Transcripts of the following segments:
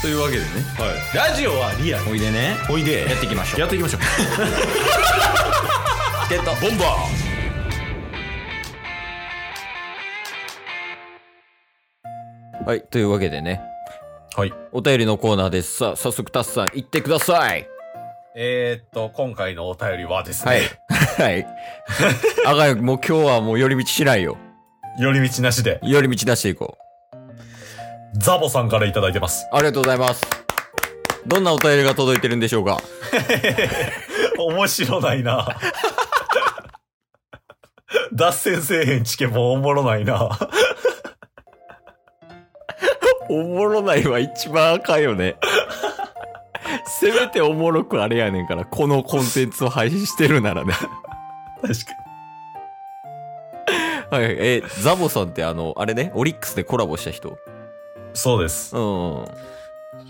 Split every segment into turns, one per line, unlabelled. というわけでね
はい、ラジオはリアル
おいでね
おいで
やっていきましょう
やって いきましょう
ってた
ボンバ
はいというわけでね
ーはい
お便りのコーナーですさあ早速タスさん行ってください
えー、っと今回のお便りはですね、
はい はいあがよもう今日はもう寄り道しないよ
寄り道なしで
寄り道出していこう
ザボさんからいただいて ます
ありがとうございますどんなお便りが届いてるんでしょうか
面白ないな。脱線せえへんチケもおもろないな。
おもろないは一番赤いよねせめておもろくあれやねんからこのコンテンツを配信してるならね
確
はいえザボさんってあのあれねオリックスでコラボした人
かに。そうです。
うん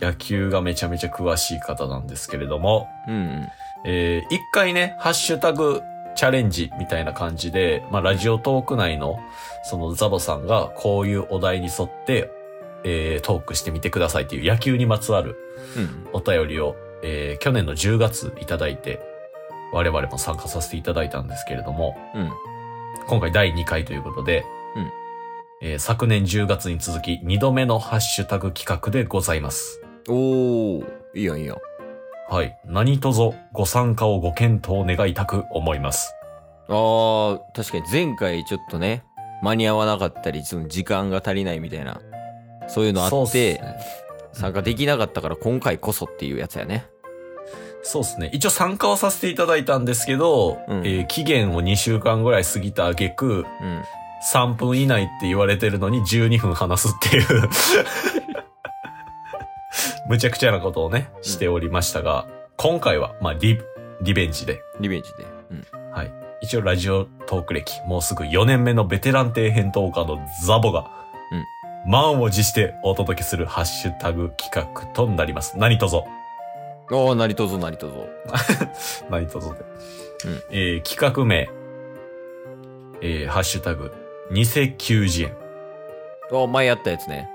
野球がめちゃめちゃ詳しい方なんですけれども、
うん
えー一回ね、ハッシュタグチャレンジみたいな感じで、まあ、ラジオトーク内の、そのザボさんがこういうお題に沿って、えートークしてみてくださいっていう野球にまつわる
うん
お便りを、えー去年の10月いただいて、我々も参加させていただいたんですけれども、
うん
今回第2回ということで、
うん
えー昨年10月に続き2度目のハッシュタグ企画でございます。
おおいいやんいいやん
はい。何卒ご参加をご検討願いたく思います。
あー確かに前回ちょっとね間に合わなかったりその時間が足りないみたいなそういうのあ
そうっ
っ
すね
て参加できなかったから今回こそっていうやつやね
そうですね。一応参加はさせていただいたんですけど、
うん
えー期限を2週間ぐらい過ぎた挙句、
うん
3分以内って言われてるのに12分話すっていう、 むちゃくちゃなことをね、しておりましたが、今回は、まあ、リ、リベンジで、
リベンジでうん
はい。一応ラジオトーク歴、もうすぐ4年目のベテラン底辺トーカーのザボが、満を持してお届けするハッシュタグ企画となります。何とぞ。
ああ何とぞ何とぞ
何とぞで。
うん
えー企画名、えーハッシュタグ、偽求人。
ああ前やったやつね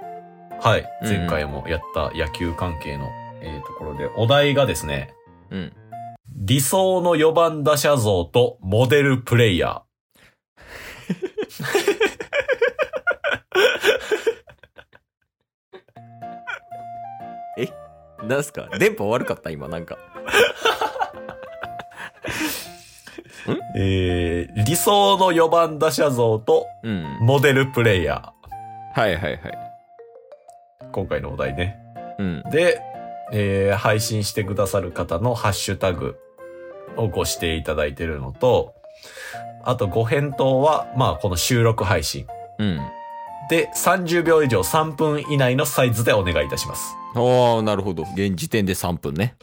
はい。
うんうん
前回もやった野球関係の、えーところで、お題がですね、
うん
理想の4番打者像とモデルプレイヤー。
なんすか電波悪かった今なんか
えー、理想の4番打者像と
うん
モデルプレイヤ
はいはいはい
ー。今回のお題ね。
うん
で、えー配信してくださる方のハッシュタグをご指定いただいてるのと、あとご返答は、まあこの収録配信。
うん
で、30秒以上3分以内のサイズでお願いいたします。
ああなるほど現時点で3分ね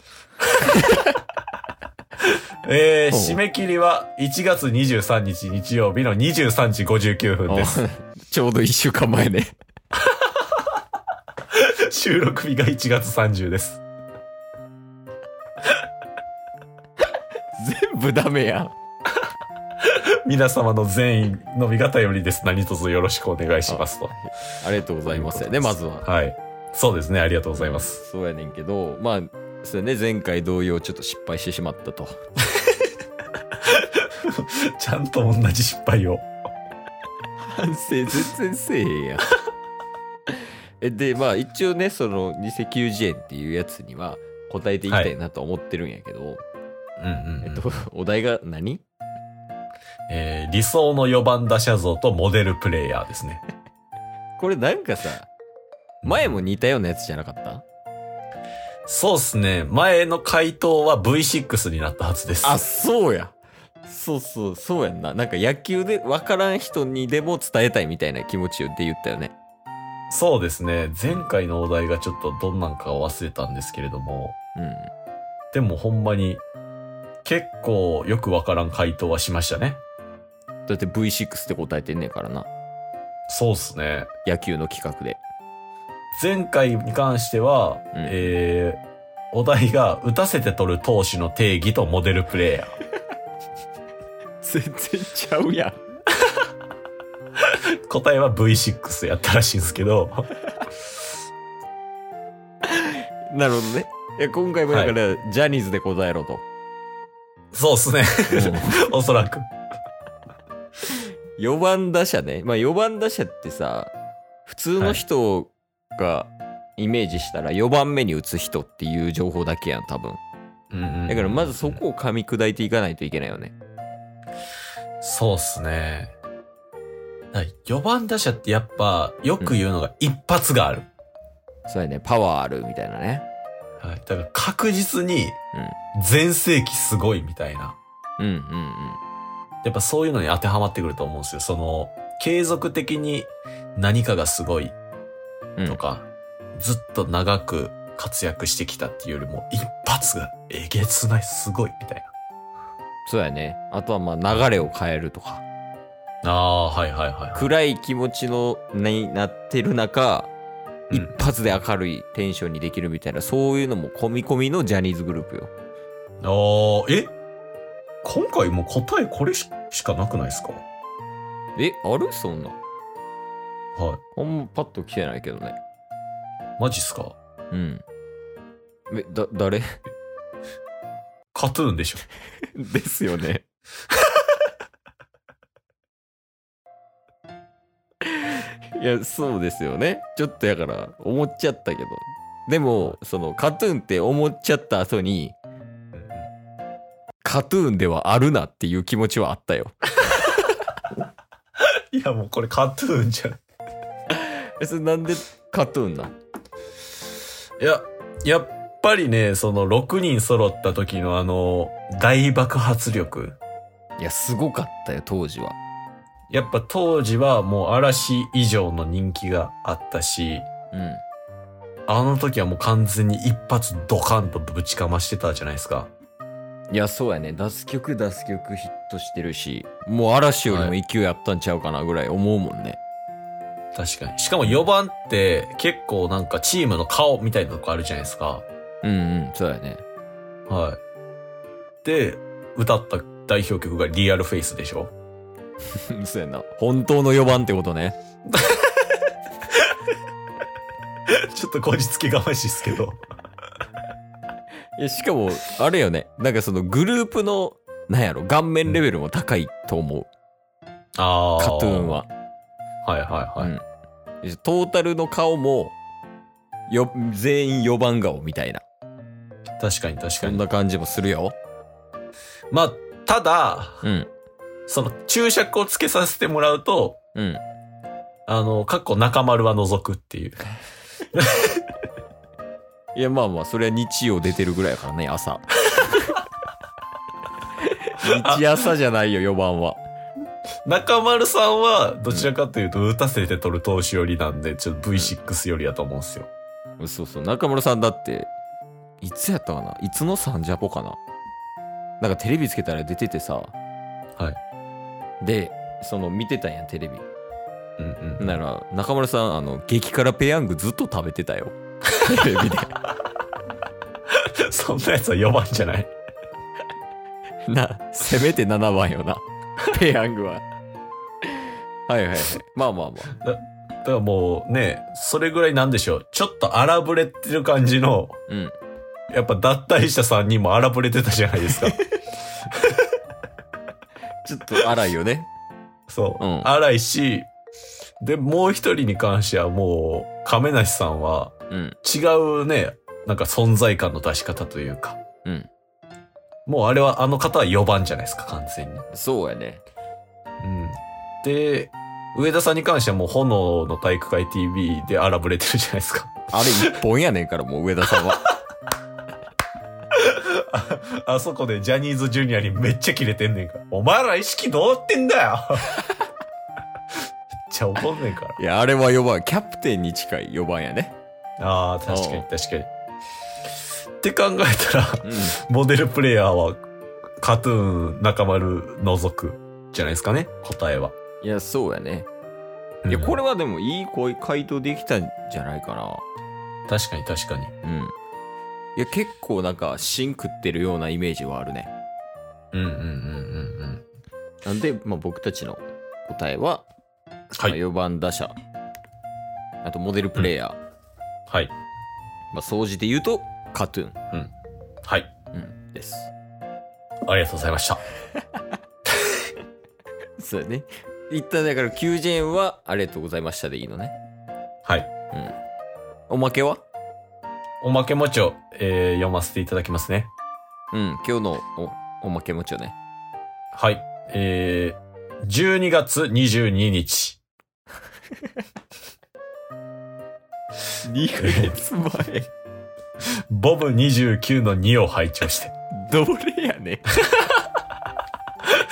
えー
ほう
締め切りは1月23日日曜日の23時59分です。
あー ちょうど1週間前ね
収録日が1月30です。
全部ダメやん
皆様の善意のみが頼りです。何卒よろしくお願いしますと。
ありがとうございますやねまずは
はい。そうですね。ありがとうございます。
そうやねんけどまあそうやね前回同様ちょっと失敗してしまったと
ちゃんと同じ失敗を。
反省全然せえへんやん えでまあ一応ねその偽求人円っていうやつには答えていきたいなとは思ってるんやけど、
うんうんうん
えっとお題が何
えー理想の4番打者像とモデルプレイヤーですね。
これなんかさ前も似たようなやつじゃなかった
そうっすね。前の回答は V6 になったはずです。
あそうやそうそうそうやんななんか野球で分からん人にでも伝えたいみたいな気持ちで言ったよね
そうですね。前回のお題がちょっとどんなんか忘れたんですけれども。
うん
でもほんまに、結構よくわからん回答はしましたね。
だって V6 って答えてんねんからな
そうっすね。
野球の企画で
前回に関しては、
うん
えーお題が打たせて取る投手の定義とモデルプレイヤー。
全然ちゃうやん
答えは V6 やったらしいんですけど、
なるほどね。いや今回もだから、ジャニーズで答えろと。
そうっすね。おそらく。
4番打者ね。まあ4番打者ってさ、普通の人がイメージしたら4番目に打つ人っていう情報だけやん、多分。だからまずそ。こを噛み砕いていかないといけないよね。
そうっすね。4番打者ってやっぱ、よく言うのが一発がある。
そうやね、パワーあるみたいなね。
はい。だから確実に、全盛期すごいみたいな。
うんうん
やっぱそういうのに当てはまってくると思うんですよ。その、継続的に何かがすごい
うん。うん
とか、ずっと長く活躍してきたっていうよりも、一発がえげつない、すごいみたい
そうやね。あとはまあ流れを変えるとか。
な。ああ、はいはいは
暗い気持ちのになってる中、
い。う
一
ん
発で明るいテンションにできるみたいな、そういうのも込み込みのジャニーズグループよ。
ああ、え今回もう答えこれししかなくないですか
え、あるそんな。
は
あんまパッと来てないけどね。
い。マジっすか
うん。え、だ、誰
カトゥーンでしょ。
ですよね。いや、そうですよね。ちょっとやから、思っちゃったけど。でも、その、カトゥーンって思っちゃった後に、カトゥーンではあるなっていう気持ちはあったよ。
いや、もうこれカトゥーンじゃん。
え、それなんでカトゥーンなん
いや、やっぱりね、その6人揃った時のあの、大爆発力。
いや、すごかったよ、当時は。
やっぱ当時はもう嵐以上の人気があったし、
うん。
あの時はもう完全に一発ドカンとぶちかましてたじゃないですか。
いや、そうやね。出す曲、出す曲ヒットしてるし、もう嵐よりも勢いあったんちゃうかなぐらい思うもんね。
確かに。しかも4番って結構なんかチームの顔みたいなとこあるじゃないですか。
うんうん、そうやね。
はい。で、歌った代表曲がリアルフェイスでしょ
そうやな。本当の4番ってことね。
ちょっとこじつけがましいですけど。
いや、しかも、あれよね。なんかそのグループの、なんやろ、顔面レベルも高いと思う。
ああ。
カトゥーン。は。
はいはいはい。
うんトータルの顔も、よ、全員4番顔みたいな。
確かに確
そ
か
ん
に。
な感じもするよ。
まあ、ただ、
うん。
その注釈をつけさせてもらうと、
うん。
あの、かっこ中丸は除くっ ていう。
いや、まあまあ、それは日曜出てるぐらいやからね、 朝。日朝じゃないよ、4番は。
中丸さんは、どちらかというと、打たせて取る投手寄りなんで、ちょっと V6 寄りだと思うんですよ。
そうそう、中村さんだって、いつやったかないつのサンジャポかななんかテレビつけたら出ててさ。はい。で、その見てたんや、テレビ。
うんうん。
なら、中村さん、あの、激辛ペヤングずっと食べてたよ。 テレビで。
そんなやつは4番じゃない。
な、せめて7番よな。 ペヤングは。はいはいはい。まあまあまあ。
だからもうね、それぐらいなんでしょう。ちょっと荒ぶれてる感じの、
うん。
やっぱ脱退した3人も荒ぶれてたじゃない ですか。
ちょっと荒いよね。
そう。
うん
荒いし、で、もう一人に関してはもう、亀梨さんは、
うん。
違うね、なんか存在感の出し方というか。
うん。
もうあれは、あの方は4番じゃないですか、完全に。
そうやね。
うん。で、上田さんに関してはもう炎の体育会 TV で荒ぶれてるじゃないですか。
あれ一本やねんから、もう上田さんは。
ああそこでジャニーズジュニアにめっちゃキレてんねんから。お前ら意識どうなってんだよめっちゃ怒んねんから。
いや、あれは4番。キャプテンに近い4番やね。
ああ、確か
お
に
う
確かに。って考えたら、
うん。
モデルプレイヤーは、カトゥーン、中丸、除く、じゃないですかね、答えは。
いや、そうやね。いや、こ
れ、
れはでもいい声回答できたんじゃないか
確かに確かに。
な。うん。いや、結構なんか、芯食ってるようなイメージはあるね。
うんうんうんうんうん。
なんで、まあ、僕たちの答えは、
はい
まあ4番打者、あとモデルプレイヤー、
はい。
まあ、総じて言うと、カトゥーン、
はい。
うん、です。
ありがとうございました。
そうだね。一旦だから90円はありがとうございましたでいいのね。
はい。
おまけは
おまけもちを、えー読ませていただきますね。
うん、今日のおおまけもちよね。
はい。えー、12月22日。
2ヶ 月前。
ボブ29の2を拝聴して。
どれやねん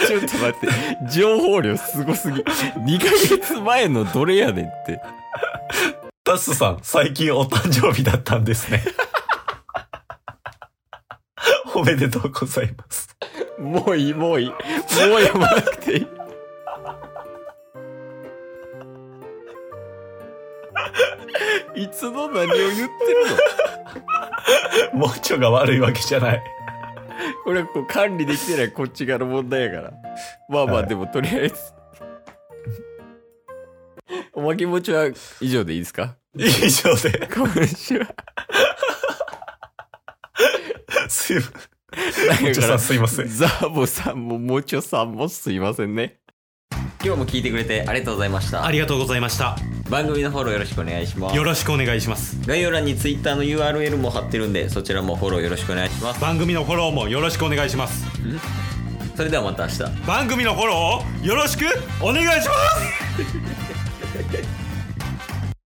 ちょっと待って、情報量すごすぎ。2ヶ月前のどれやねんって。
タスさん、最近お誕生日だったんですね。おめでとうございます。
もういい、もういい。もうやばなくていい。いつの何を言ってるの
もうちょが悪いわけじゃない。
これはこう管理できてないこっち側の問題やから。まあまあ、
はい
でもとりあえず。おまけ持ちは以上でいいですか
以上で、
今週は。
すいません。も
だ
うち
か
ょさん
ら
すいません。
ザボさんももちょさんもすいませんね今日も聞いてくれてありがとうございました
ありがとうございました。
番組のフォローよろしくお願いします
よろしくお願いします。
概要欄に Twitter の URL も貼ってるんでそちらもフォローよろしくお願いします
番組のフォローもよろしくお願いします。
それではまた明日
番組のフォローをよろしくお願いします